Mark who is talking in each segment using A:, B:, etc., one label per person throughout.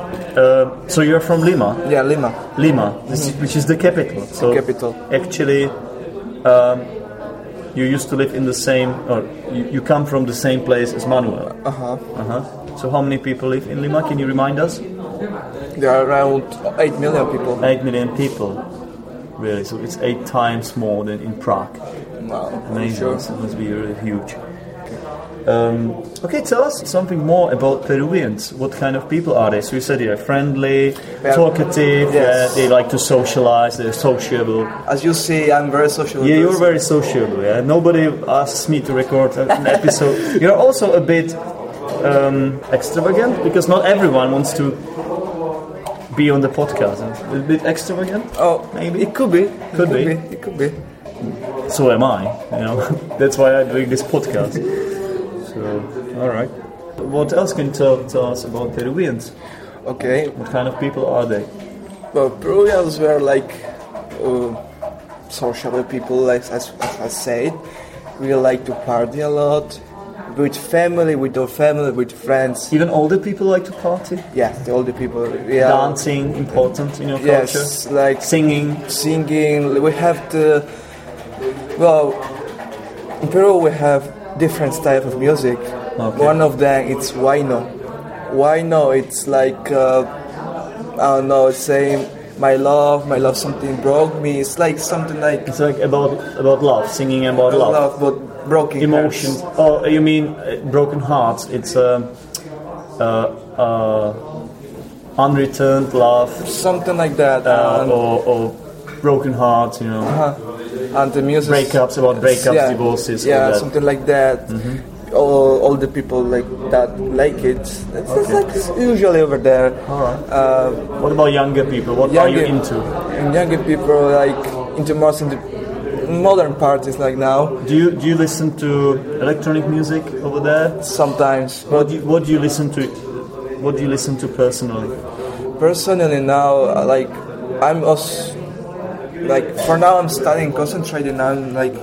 A: Uh, so you're from Lima,
B: Yeah, Lima.
A: Lima, which is- which is the capital. So
B: Capital.
A: Actually, um, you used to live in the same, or you, you come from the same place as Manuel.
B: Uh huh.
A: Uh-huh. So how many people live in Lima? Can you remind us?
B: There are around 8 million people.
A: Eight million people. Really? So it's eight times more than in Prague.
B: Wow.
A: Amazing.
B: Sure.
A: So it must be really huge. Um, okay, tell us something more about Peruvians. What kind of people are they? So you said they're friendly,
B: Yeah.
A: talkative.
B: Yes.
A: Yeah, they like to socialize. They're sociable.
B: As you see, I'm very social.
A: Yeah, you're
B: person.
A: very sociable. Yeah, nobody asks me to record an episode. You're also a bit um, extravagant because not everyone wants to be on the podcast. A bit extravagant.
B: Oh,
A: Maybe.
B: it could be.
A: Could
B: it could
A: be.
B: be. It could be.
A: So am I. You know, that's why I'm doing this podcast. So, all right. What else can you tell, tell us about Peruvians?
B: Okay.
A: What kind of people are they?
B: Well, Peruvians were like uh, sociable people, like as, as I said. We like to party a lot with family, with our family, with friends.
A: Even older people like to party.
B: Yes, the older people. Yeah.
A: Dancing important in your culture.
B: Yes, like
A: Singing.
B: singing. We have the well in Peru. We have different type of music.
A: Okay.
B: One of them it's huayno. Huayno. It's like uh, I don't know. It's saying my love, my love, something broke me. It's like something like
A: It's like about about love. Singing about love.
B: love, but broken
A: emotions.
B: hearts.
A: Oh, you mean uh, broken hearts? It's um uh, uh, unreturned love
B: Something like that.
A: uh,
B: and,
A: or, or broken hearts. You know,
B: uh, and the music.
A: breakups about breakups,
B: yeah,
A: divorces. all
B: Yeah,
A: that. Mm-hmm.
B: something like that. All, all the people like that like it. It's, it's like it's usually over there.
A: Alright.
B: Uh,
A: What about younger people? What are you into?
B: and younger people like into most into modern parties like now
A: Do you do you listen to electronic music over there?
B: sometimes
A: What
B: but
A: do you, what do you listen to? What do you listen to personally?
B: personally now uh, like i'm us like for now i'm studying concentrating i'm like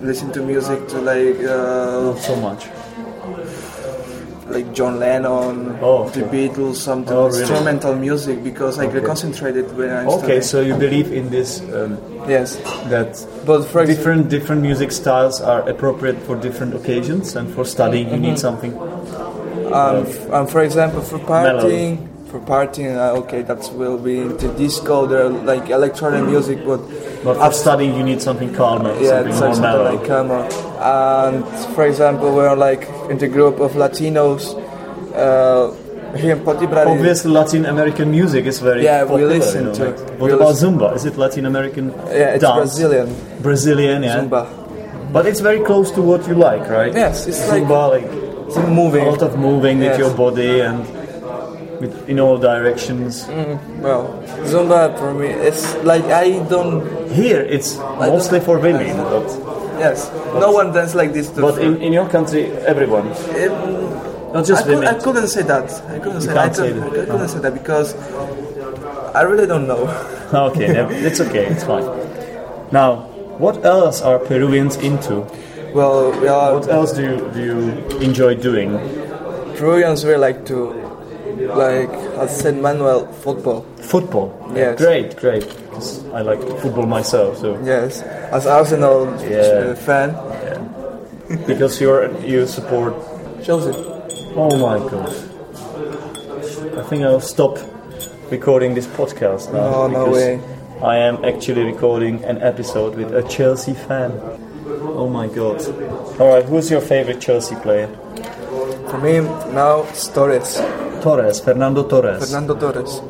B: listening to music to like uh,
A: Not so much.
B: like john lennon
A: Oh, okay.
B: the beatles something
A: Oh, really?
B: instrumental music because like I concentrated when i'm
A: Okay,
B: studying.
A: so you believe in this um,
B: yes
A: that
B: but for example
A: different different music styles are appropriate for different occasions and for studying you
B: Mm-hmm.
A: need something
B: Um, f- um, for example, for partying, for partying, uh, okay, that will be into disco, there are, like electronic music, but
A: but for studying you need something calmer
B: yeah,
A: something
B: it's
A: more
B: like something
A: mellow
B: like camera. And for example, we're like in the group of Latinos uh, here in Potibari.
A: obviously latin american music is very
B: Yeah, we
A: popular,
B: listen
A: you know,
B: to
A: like-
B: it.
A: what
B: We
A: about
B: listen-
A: zumba is it latin american
B: Yeah, it's
A: dance?
B: Brazilian
A: brazilian yeah
B: Zumba.
A: but it's very close to what you like right
B: Yes, it's like-
A: zumba like,
B: It's a movie.
A: a lot of moving
B: Yes.
A: with your body and with, in all directions
B: Mm. well, Zumba for me, it's like I don't.
A: here it's mostly for women but,
B: Yes, no one dances like this. To
A: but in, in your country everyone
B: Um,
A: not just
B: I, could,
A: women
B: I couldn't say that. I couldn't say
A: can't
B: that. I,
A: say
B: could,
A: that.
B: I couldn't say that because I really don't know.
A: Okay, nev- it's okay, it's fine. Now, what else are Peruvians into?
B: Well, we are
A: What else do you, do you enjoy doing?
B: Peruvians. We like to, like at San Manuel football.
A: Football.
B: Yes.
A: Great, great. 'cause I like football myself, so
B: Yes, as Arsenal
A: Yeah.
B: uh, fan.
A: because you're you support.
B: Chelsea.
A: Oh my god! I think I'll stop recording this podcast now.
B: No, no
A: because
B: way.
A: I am actually recording an episode with a Chelsea fan. Oh my god! All right, who's your favorite Chelsea player?
B: For me now, it's Torres,
A: Torres, Fernando Torres.
B: Fernando Torres.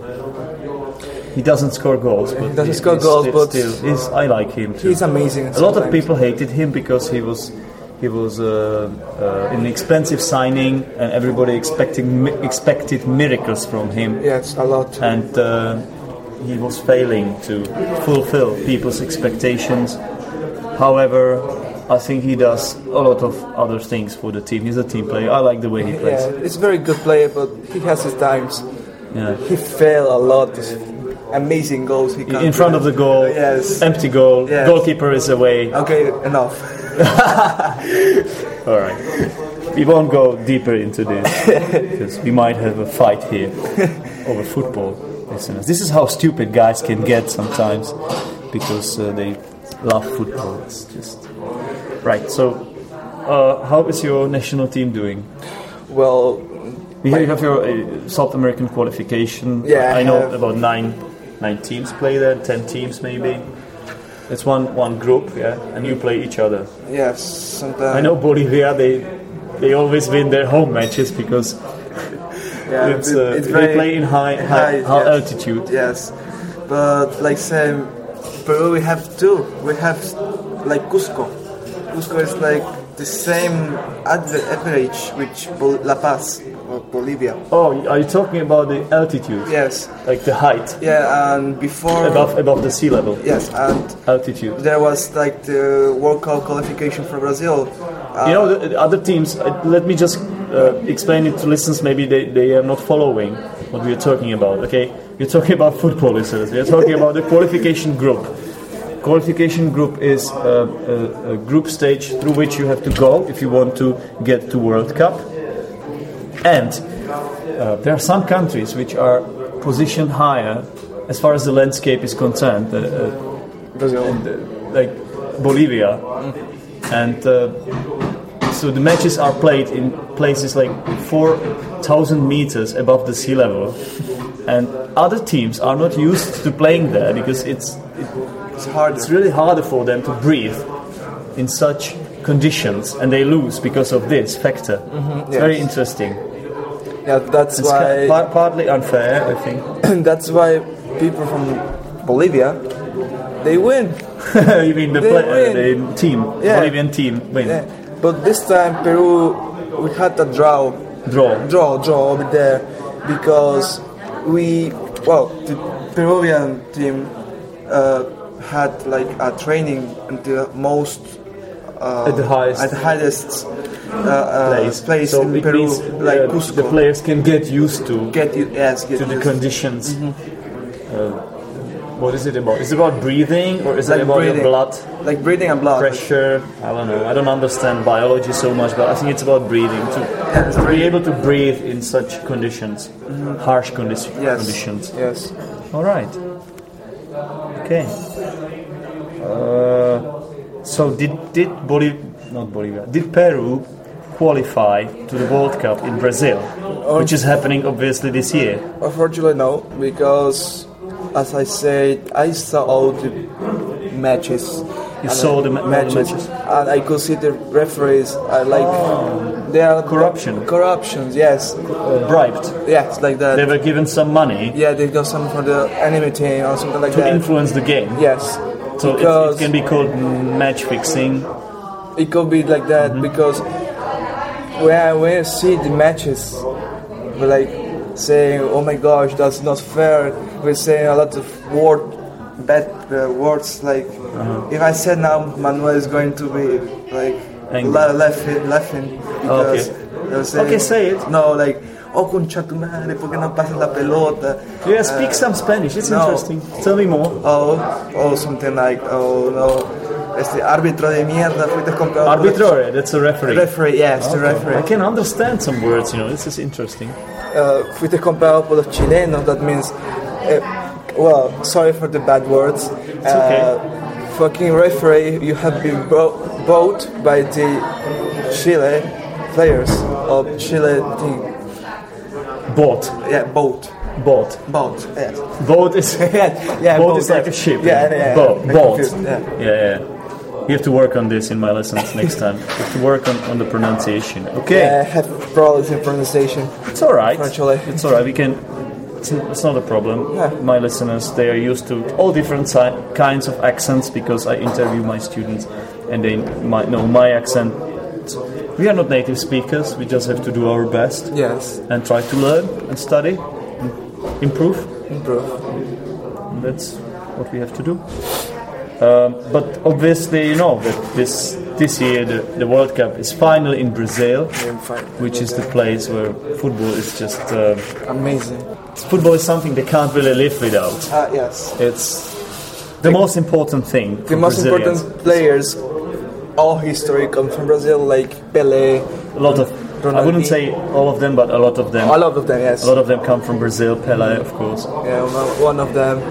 A: He doesn't score goals, but
B: He doesn't
A: he-
B: score
A: he's-
B: goals,
A: he's
B: but-
A: still, he's, I like him too.
B: He's amazing.
A: a lot of
B: sometimes.
A: people hated him because he was he was uh, uh, an expensive signing, and everybody expecting mi- expected miracles from him,
B: Yes, a lot.
A: and uh, he was failing to fulfill people's expectations. However, I think he does a lot of other things for the team. He's a team player. I like the way he plays.
B: Yeah, he's a very good player, but he has his times.
A: Yeah.
B: He fail a lot. These amazing goals he can
A: In front of the goal,
B: Yes.
A: empty goal,
B: Yes.
A: goalkeeper is away.
B: Okay, enough.
A: All right. We won't go deeper into this because we might have a fight here. over football listeners. This is how stupid guys can get sometimes because uh, they love football. It's just right. So, uh, how is your national team doing?
B: Well,
A: You have- you have your uh, South American qualification.
B: Yeah,
A: I
B: I
A: know
B: have.
A: about nine, nine teams play there, ten teams maybe. It's one one group, yeah, and you play each other.
B: yes, sometimes.
A: I know Bolivia; they they always win their home matches because
B: Yeah,
A: it's,
B: it-
A: uh,
B: it's
A: they
B: very-
A: play in high high,
B: high,
A: high
B: yes.
A: altitude.
B: Yes, but like say, Peru, we have two. We have like Cusco. Cusco is like the same adver- average which Bol- La Paz or Bolivia.
A: Oh, are you talking about the altitude?
B: Yes,
A: Like the height
B: yeah, and before
A: above above the sea level
B: yes, and
A: altitude.
B: there was like the World Cup qualification for Brazil. Uh,
A: You know, the, the other teams. Uh, let me just uh, explain it to listeners. Maybe they, they are not following what we are talking about. Okay, we are talking about football listeners. We are talking about the qualification group. Qualification group is uh, a, a group stage through which you have to go if you want to get to World Cup. And uh, there are some countries which are positioned higher as far as the landscape is concerned. Uh, uh,
B: Brazil.
A: uh, like Bolivia, and uh, so the matches are played in places like four thousand meters above the sea level, and other teams are not used to playing there because it's
B: It's hard.
A: it's really harder for them to breathe in such conditions, and they lose because of this factor. It's very
B: Mm-hmm. yes.
A: interesting.
B: Yeah, that's
A: It's
B: why.
A: par- partly unfair, I think.
B: that's why people from Bolivia they win.
A: you mean the,
B: They
A: play- uh,
B: win.
A: the team,
B: Yeah.
A: Bolivian team, win,
B: Yeah, but this time Peru, we had a draw,
A: draw.
B: draw, draw over there because we, well, the Peruvian team uh, had like a training in the most uh,
A: At the highest.
B: at the highest uh, uh, place,
A: so
B: in
A: it
B: Peru,
A: means
B: like
A: the,
B: Cusco.
A: the players can get used to
B: Get you, yes, Mm-hmm. get
A: to the
B: used.
A: conditions. Uh, what is it about? Is it about breathing or is
B: Like
A: it about your
B: breathing.
A: blood
B: like breathing and blood.
A: pressure? I don't know. I don't understand biology so much, but I think it's about breathing to,
B: it's
A: to be able to breathe in such conditions, harsh condi-
B: Mm-hmm. Yes,
A: conditions.
B: yes.
A: All right. Okay. Uh, so did did Boliv- not Bolivia did Peru qualify to the World Cup in Brazil,
B: Oh.
A: which is happening obviously this year?
B: Unfortunately, no, because as I said, I saw all the matches.
A: You
B: and
A: saw the ma- all the matches?
B: and I could see the referees. I like they
A: Oh,
B: are
A: Corruption.
B: Corruptions, yes,
A: Uh, bribed.
B: yes, like that.
A: They were given some money
B: yeah, they got some for the enemy team or something like
A: to
B: that.
A: influence the game.
B: yes,
A: So it, it
B: because
A: can be called match fixing.
B: it could be like that
A: Mm-hmm.
B: because when I, when I see the matches, we're like saying, "Oh my gosh, that's not fair." We're saying a lot of word, bad uh, words. Like
A: Uh-huh.
B: if I said now, Manuel is going to be like
A: Angry. Oh,
B: la- laughing, laughing
A: Okay.
B: because they're saying,
A: Okay, say it.
B: No, like oh concha tu madre, ¿por qué no pasas la pelota?
A: Yeah, speak some Spanish. It's
B: no.
A: interesting. Tell me more.
B: Oh, oh, something like oh no, este árbitro de mierda, fuiste comprado. por la
A: Arbitrore. That's a referee.
B: Referee, yes, the
A: I
B: referee.
A: can understand some words. You know, this is interesting.
B: Uh, fuiste comprado por los chilenos, that means, uh, well, sorry for the bad words. It's
A: okay.
B: Fucking referee, you have been bro- bought by the Chile players of Chile team.
A: Bought.
B: Yeah, bought.
A: Bought.
B: Bought, yes.
A: Boat is
B: Yeah, yeah,
A: boat
B: boat,
A: is like
B: yeah.
A: a ship.
B: Yeah, yeah, yeah.
A: Boat.
B: I'm
A: boat.
B: confused,
A: Yeah.
B: yeah.
A: yeah, You have to work on this in my lessons next time. You have to work on, on the pronunciation. Okay,
B: Yeah, I have problems in pronunciation.
A: it's all right.
B: Actually.
A: It's all right. We can. It's, n- it's not a problem.
B: Yeah.
A: My listeners, they are used to all different si- kinds of accents because I interview my students, and they might know my accent. We are not native speakers. We just have to do our best
B: Yes,
A: and try to learn and study, and improve.
B: improve.
A: That's what we have to do. Um, but obviously, you know that this this year the, the World Cup is finally in Brazil,
B: I'm fine.
A: which is the place where football is just um
B: Amazing.
A: football is something they can't really live without.
B: Ah, yes.
A: It's the most important thing.
B: The most important players, all history, come from Brazil, like Pele,
A: a lot of I wouldn't say all of them, but a lot of them.
B: a lot of them. Yes,
A: A lot of them come from Brazil. Pele, of course.
B: yeah, one- one of them.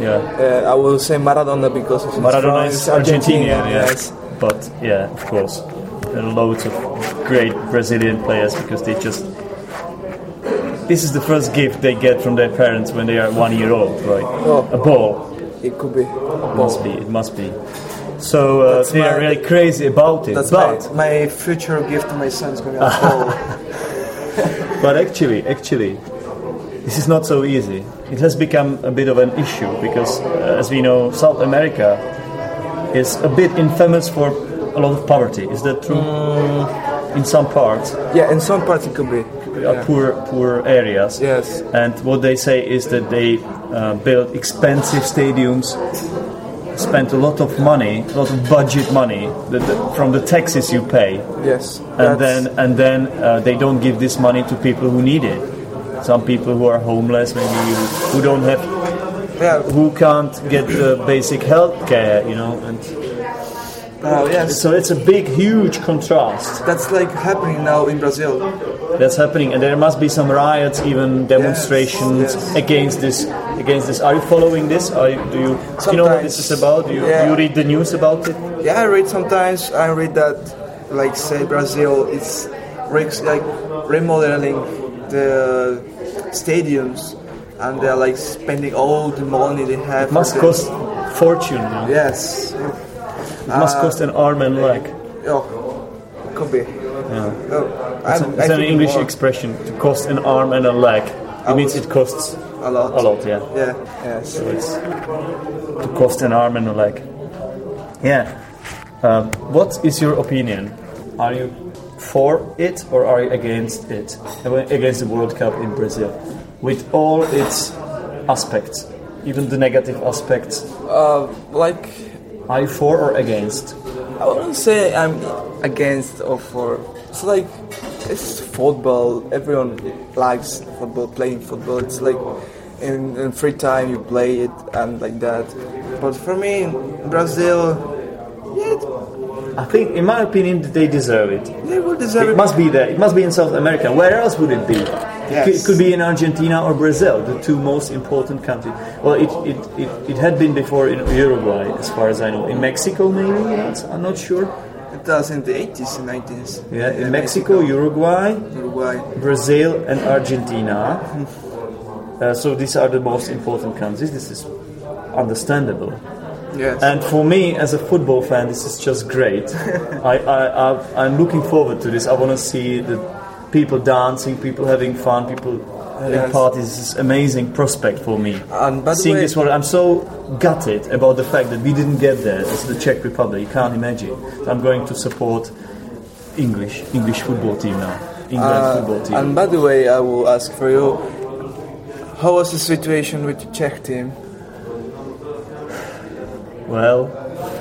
A: Yeah.
B: Uh, I will say Maradona because of his
A: Maradona
B: France,
A: is Argentinian, yeah.
B: Yes,
A: But yeah, of course, there are loads of great Brazilian players because they just. This is the first gift they get from their parents when they are one year old, right?
B: Oh.
A: A ball.
B: it could be.
A: It must be. It must be. So uh, they are
B: my-
A: really crazy about it.
B: That's
A: but
B: my, my future gift to my son is gonna be a ball.
A: But actually, actually, this is not so easy. It has become a bit of an issue because, uh, as we know, South America is a bit infamous for a lot of poverty. Is that true? In some parts,
B: yeah, in some parts it could be.
A: uh, poor poor areas.
B: Yes.
A: And what they say is that they uh, build expensive stadiums, spend a lot of money, a lot of budget money that, that- from the taxes you pay
B: Yes.
A: and
B: that's-
A: then and then uh, they don't give this money to people who need it. Some people who are homeless, maybe who- who don't have,
B: yeah,
A: who can't get the basic health care, you know. And
B: uh, yes.
A: so it's a big, huge contrast
B: That's like happening now in Brazil.
A: that's happening, and there must be some riots, even demonstrations
B: yes.
A: against this. Against this, are you following this? Are you, do you, do you know what this is
B: Sometimes.
A: about? Do you,
B: Yeah.
A: do you read the news about it?
B: Yeah, I read sometimes. I read that, like, say Brazil is re- like remodeling the stadiums, and they're like spending all the money they have.
A: Must
B: on the-
A: cost fortune. you know.
B: Yes.
A: It
B: Uh,
A: must cost an arm and leg.
B: Oh, could be. Oh, I,
A: It's, a- it's
B: I
A: an
B: think
A: English
B: more,
A: expression to cost an arm and a leg. It means it costs
B: a lot.
A: a lot, yeah.
B: Yeah. Yes.
A: So it's to cost an arm and a leg. Yeah. Um, what is your opinion? Are you for it or are you against it? Against the World Cup in Brazil, with all its aspects, even the negative aspects.
B: Uh, like
A: Are you for or against?
B: I wouldn't say I'm against or for. It's like it's football. Everyone likes football, playing football. It's like in, in free time you play it and like that. But for me, Brazil, yeah,
A: I think, in my opinion, they deserve it.
B: they will deserve
A: It
B: it.
A: must be there. It must be in South America. Where else would it be? It, could, it could be in Argentina or Brazil, the two most important countries. Well, it, it, it, it had been before in Uruguay, as far as I know. In Mexico, maybe? That's- I'm not sure.
B: It does in the 80s and 90s.
A: Yeah, in Mexico, Uruguay,
B: Uruguay.
A: Brazil, and Argentina. Uh, so these are the most important countries. This is understandable.
B: Yes.
A: And for me, as a football fan, this is just great. I, I, I, I'm looking forward to this. I want to see the people dancing, people having fun, people having
B: Yes.
A: parties. This is amazing prospect for me.
B: And by the
A: Seeing
B: way-
A: this world, I'm so gutted about the fact that we didn't get there as the Czech Republic. You can't imagine. I'm going to support English English football team now. England football team.
B: Uh, and by the way, I will ask for you. How was the situation with the Czech team?
A: well,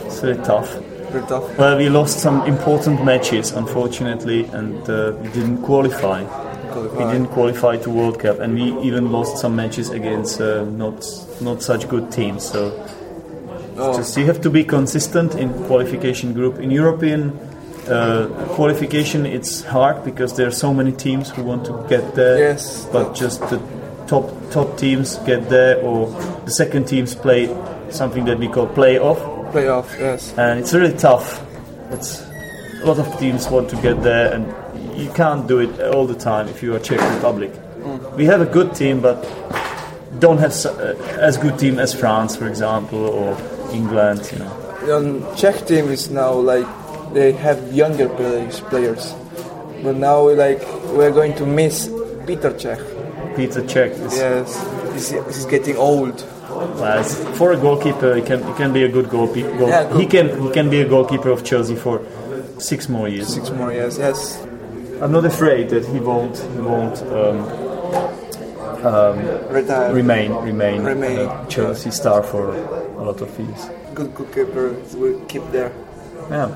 A: it's really tough.
B: Pretty tough.
A: Well, we lost some important matches, unfortunately, and uh, we didn't qualify. We
B: Qualify.
A: didn't qualify to World Cup, and we even lost some matches against uh, not not such good teams. So,
B: Oh.
A: just you have to be consistent in qualification group. In European uh, qualification, it's hard because there are so many teams who want to get there.
B: Yes.
A: but just the top top teams get there, or the second teams play something that we call playoff
B: Playoff, yes.
A: and it's really tough. It's a lot of teams want to get there, and you can't do it all the time if you are Czech Republic.
B: Mm.
A: We have a good team, but don't have s- uh, as good team as France, for example, or England. You know,
B: Um, Czech team is now like they have younger players, players. but now we like we're going to miss Peter Czech.
A: Peter Czech is
B: Yes, he's, he's getting old.
A: well, it's- for a goalkeeper. He can he can be a good goalkeeper.
B: Yeah, good.
A: He can he can be a goalkeeper of Chelsea for six more years.
B: Six more years, yes.
A: I'm not afraid that he won't he won't. Um,
B: Retire.
A: Remain, remain,
B: Remain.
A: uh, Chelsea star for a lot of years.
B: Good goalkeeper will keep there.
A: Yeah.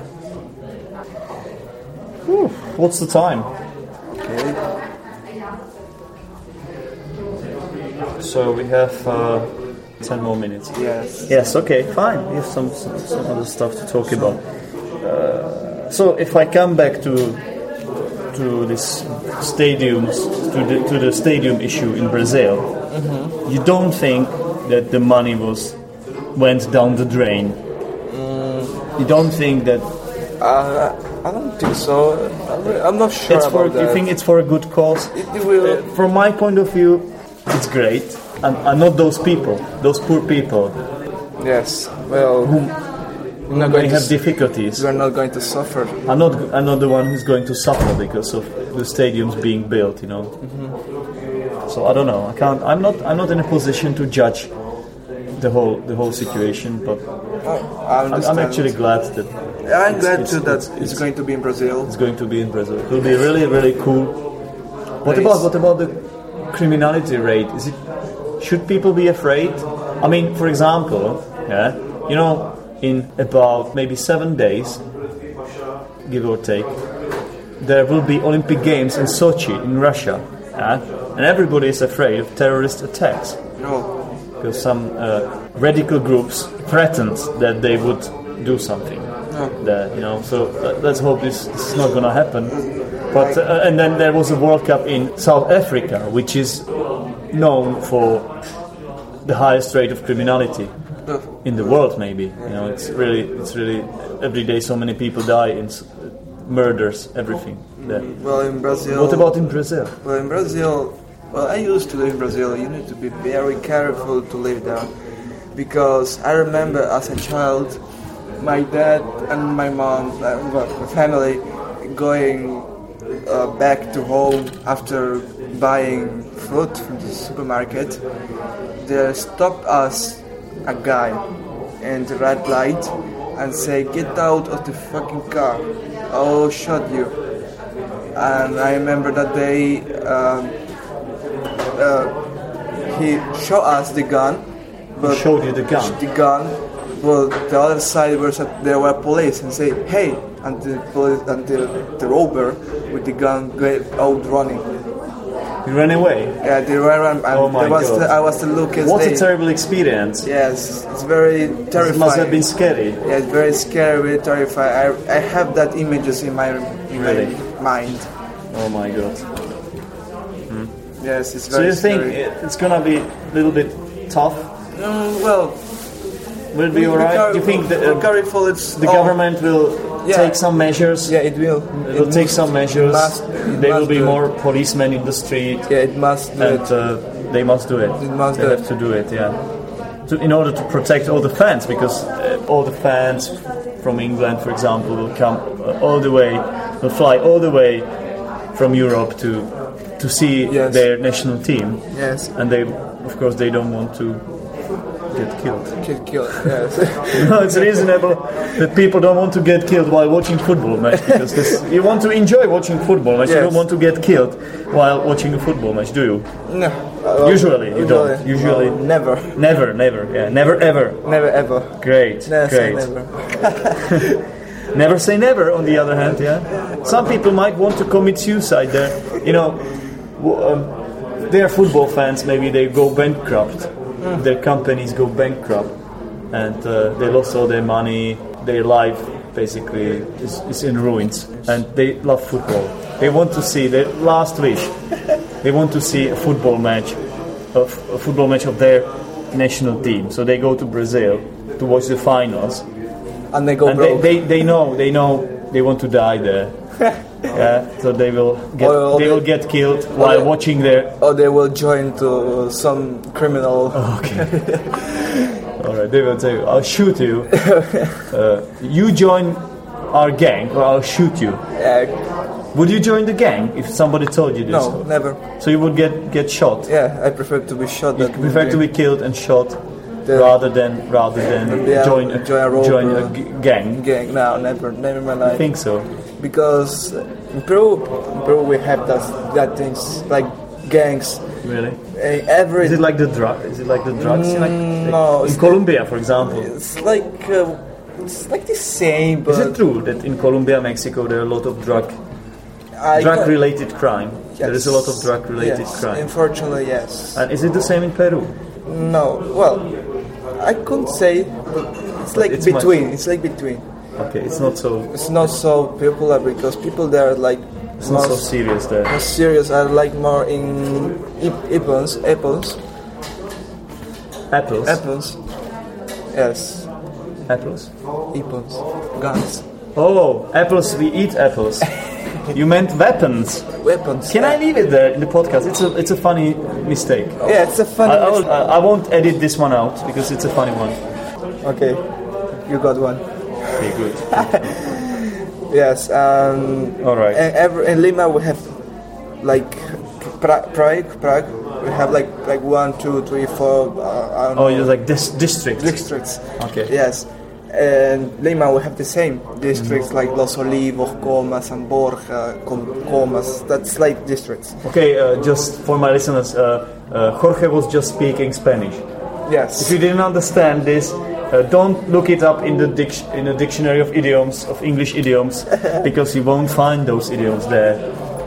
A: Whew, What's the time?
B: Okay.
A: So we have uh, 10 more minutes.
B: Yes.
A: Yes, okay, fine. We have some, some, some other stuff to talk about. Uh, so if I come back to to this stadiums to the, to the stadium issue in Brazil,
B: Mm-hmm.
A: you don't think that the money was went down the drain.
B: Mm.
A: You don't think that
B: Uh, I don't think so. I'm re- I'm not sure
A: it's for
B: about that.
A: you think it's for a good cause.
B: It will-
A: Uh, From my point of view, it's great. And, and not those people, those poor people
B: yes. Well, you're not
A: They
B: going to
A: have
B: s-
A: difficulties.
B: you are not going to suffer.
A: I'm not, I'm not the one who's going to suffer because of the stadiums being built, you know. So I don't know. I can't. I'm not. I'm not in a position to judge the whole the whole situation. But
B: I, I
A: I'm,
B: understand.
A: I'm actually glad that
B: I'm
A: it's-
B: glad
A: it's-
B: too that it's,
A: it's- it's-
B: going to be in Brazil.
A: it's going to be in Brazil. It will be really really cool. What
B: Place.
A: about what about the criminality rate? Is it should people be afraid? I mean, for example, yeah, you know, in about maybe seven days, give or take, there will be Olympic Games in Sochi in Russia, yeah? and everybody is afraid of terrorist attacks
B: No.
A: because some uh, radical groups threatened that they would do something. That, you know, so uh, let's hope this, this is not going to happen. But uh, and then there was a World Cup in South Africa, which is known for the highest rate of criminality
B: Oh.
A: in the world. Maybe you know, it's really, it's really every day so many people die in s- murders, everything. There.
B: Well, in Brazil.
A: What about in Brazil?
B: Well, in Brazil, well, I used to live in Brazil. You need to be very careful to live there, because I remember as a child, my dad and my mom, uh, well, my family, going uh, back to home after buying fruit from the supermarket. They stopped us, a guy, in the red light, and say, "Get out of the fucking car! I'll shoot you." and I remember that day um, uh, he showed us the gun, but
A: Showed you the gun.
B: the gun. Well, the other side was that there were police and say, "Hey!" and the police and the, the robber with the gun go out running.
A: You ran away.
B: Yeah, they were um, and
A: Oh my
B: there was
A: God.
B: the, I was the lucas.
A: What
B: day.
A: a terrible experience!
B: Yes, it's very terrifying.
A: It must have been scary.
B: Yeah, it's very scary, very terrifying. I, I have that images in my in
A: Really?
B: my mind.
A: Oh my god.
B: Yes, it's
A: So
B: very
A: you think
B: scary.
A: it- it's gonna be a little bit tough?
B: Mm, well,
A: Will it be alright? You think that uh,
B: Hungary follows
A: the government will
B: oh. Yeah.
A: take some measures?
B: Yeah, it will.
A: It will take some measures.
B: must- it
A: There will
B: must
A: be
B: do it.
A: more policemen in the street,
B: Yeah, it must do
A: and
B: it.
A: uh, they must do it.
B: It must
A: they
B: do
A: have
B: it.
A: to do it. Yeah. To, in order to protect all the fans, because uh, all the fans from England, for example, will come uh, all the way, will fly all the way from Europe to to see
B: Yes.
A: their national team.
B: Yes,
A: and they of course they don't want to get killed
B: kill, kill. Yes,
A: no it's reasonable that people don't want to get killed while watching football match because this, you want to enjoy watching football match you
B: Yes.
A: don't want to get killed while watching a football match do you
B: no. Uh,
A: Usually you don't. Usually.
B: no, never,
A: never never yeah never ever
B: never ever.
A: great
B: Never say
A: great
B: never.
A: Never say never. On the other hand, yeah, some people might want to commit suicide. There, you know, w- um, they are football fans. Maybe they go bankrupt. Their companies go bankrupt, and uh, they lost all their money. Their life basically is, is in ruins. And they love football. They want to see their last wish. They want to see a football match, a, f- a football match of their national team. So they go to Brazil to watch the finals
B: And they go
A: and they,
B: broke.
A: they, they know they know they want to die there. yeah, so they will get
B: Or- or
A: they
B: they-
A: will get killed while
B: they-
A: watching their.
B: or they will join to uh, some criminal.
A: Okay. All right, they will say, "I'll shoot you. Uh, you join our gang, or I'll shoot you."
B: Uh,
A: Would you join the gang if somebody told you this?
B: no, never.
A: So you would get get shot.
B: Yeah, I prefer to be shot. than
A: prefer to be killed and shot
B: The-
A: rather than rather than
B: Yeah,
A: join a,
B: join a rogue,
A: join a
B: uh,
A: g- gang.
B: Gang, no, never, never in my
A: I
B: life.
A: think so.
B: Because in Peru, in Peru we have that, that things like gangs.
A: Really.
B: Uh, Every
A: Is it like the drug? Is it like the drugs? like,
B: Mm, no,
A: in
B: it's-
A: Colombia, for example.
B: It's like uh, it's like the same, but
A: Is it true that in Colombia, Mexico, there are a lot of drug
B: I
A: drug
B: got-
A: related crime? There is a lot of
B: yes,
A: drug related
B: yes,
A: crime.
B: Unfortunately, yes.
A: And is it the same in Peru?
B: no, well, I couldn't say. But it's like
A: it's
B: between. It's like between.
A: Okay, it's not so.
B: It's not so popular because people there are like
A: It's not so serious there.
B: More serious. I like more in ip- Ippons, apples,
A: Apples.
B: apples. Yes,
A: apples.
B: Ippons, guns,
A: Oh, apples. We eat apples. you meant weapons.
B: weapons.
A: Can I leave it there in the podcast? It's a it's a funny mistake.
B: Yeah, Oh, it's a funny.
A: I, I, will,
B: list.
A: I I won't edit this one out because it's a funny one.
B: Okay, you got one.
A: Okay, good.
B: Yes. Um,
A: All right.
B: And every, in Lima we have like pra- Prague, Prague. We have like like one, two, three, four. Uh, I don't
A: Oh,
B: know,
A: you're like this district.
B: districts.
A: Okay.
B: Yes. And Lima we have the same districts
A: Mm-hmm.
B: like Los Olivos, Comas, and Borja, Com- Comas. That's like districts.
A: Okay, uh, just for my listeners, uh, uh, Jorge was just speaking Spanish. If
B: Yes.
A: you didn't understand this, uh, don't look it up in the dic- in the dictionary of idioms of English idioms because you won't find those idioms there.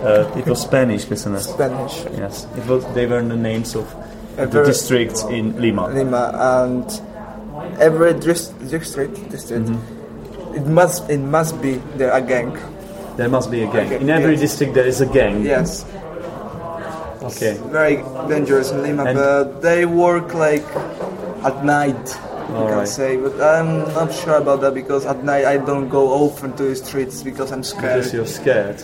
A: Uh, it was Spanish listeners.
B: Spanish.
A: Yes, it was. They were the names of the
B: very-
A: districts in Lima.
B: Lima and every dris- district district.
A: Mm-hmm.
B: It must it must be there a gang.
A: There must be a gang.
B: Okay,
A: In every
B: yes.
A: district, there is a gang.
B: Yes.
A: Okay.
B: very dangerous in Lima,
A: And-
B: but they work like at night, you can
A: Alright.
B: say. But I'm not sure about that because at night I don't go often to the streets because I'm scared.
A: Because you're scared.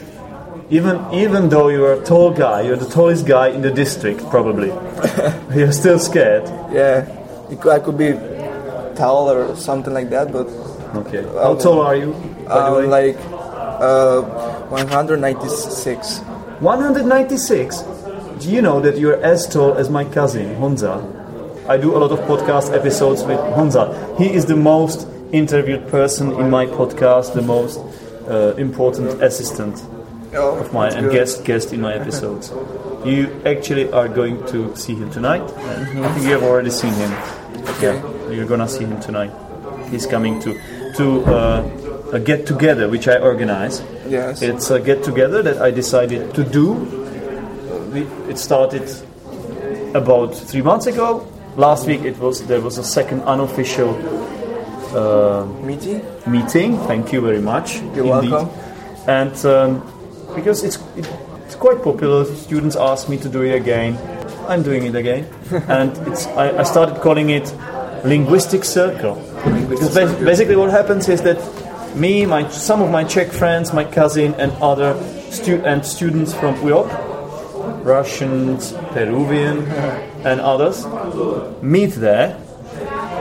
A: Even even though you're a tall guy, you're the tallest guy in the district probably. you're still scared.
B: Yeah, it cou- I could be tall or something like that, but
A: Okay. How tall are you? By the way,
B: I'm Um, like uh, 196.
A: 196. Do you know that you're as tall as my cousin Honza? I do a lot of podcast episodes with Honza. He is the most interviewed person in my podcast, the most uh, important assistant
B: Oh,
A: of mine
B: that's
A: and
B: good.
A: guest guest in my episodes. you actually are going to see him tonight.
B: Mm-hmm.
A: I think you have already seen him. Yeah, you're gonna see him tonight. He's coming to to uh, a get together which I organize.
B: Yes.
A: It's a get together that I decided to do. We, it started about three months ago. Last week it was there was a second unofficial
B: Meeting?
A: meeting. Thank you very much.
B: You're
A: indeed.
B: welcome.
A: And um, because it's it, it's quite popular, students ask me to do it again. I'm doing it again, and it's I, I started calling it linguistic circle. Because bas- basically, what happens is that me, my some of my Czech friends, my cousin, and other stu- and students from Europe, Russians, Peruvian, and others meet there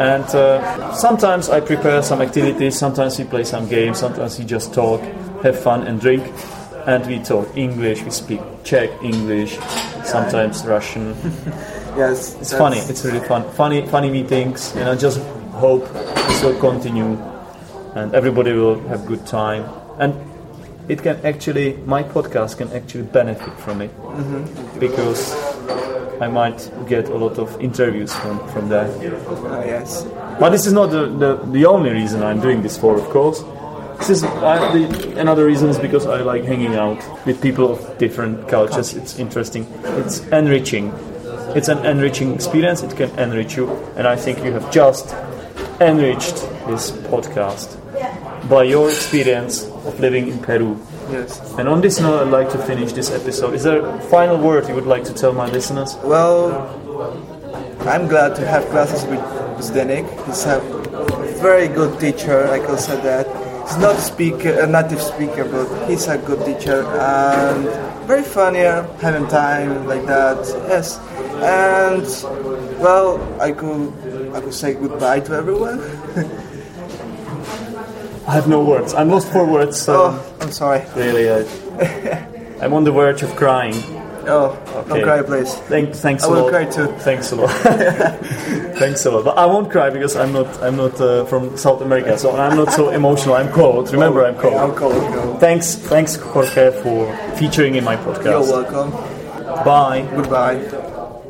A: and uh, sometimes I prepare some activities, sometimes we play some games, sometimes we just talk, have fun, and drink. And we talk English, we speak Czech English, sometimes Russian.
B: Yes.
A: It's funny, it's really fun. Funny, funny meetings, and I just hope this will continue and everybody will have good time. And it can actually, my podcast can actually benefit from it because I might get a lot of interviews from, from there.
B: Ah, yes.
A: But this is not the, the, the only reason I'm doing this for, of course. This is I, the, another reason is because I like hanging out with people of different cultures. It's interesting. It's enriching. It's an enriching experience. It can enrich you, and I think you have just enriched this podcast by your experience of living in Peru.
B: Yes.
A: And on this note, I'd like to finish this episode. Is there a final word you would like to tell my listeners?
B: Well, I'm glad to have classes with Zdenek. He's a very good teacher, I can say that. He's not speaker, a native speaker, but he's a good teacher and very funny, having time like that. Yes, and well, I could I could say goodbye to everyone.
A: I have no words. I'm lost for words. So.
B: Oh, I'm sorry.
A: Really, I, I'm on the verge of crying.
B: Oh, don't
A: Okay.
B: cry, please.
A: Thank, thanks
B: I
A: a
B: will
A: lot.
B: cry too.
A: Thanks a lot. thanks a lot. But I won't cry because I'm not. I'm not uh, from South America, so I'm not so emotional. I'm cold. Remember, I'm
B: I'm
A: cold.
B: cold. cold.
A: Thanks, thanks Jorge for featuring in my
B: You're
A: podcast.
B: welcome.
A: Bye.
B: Goodbye.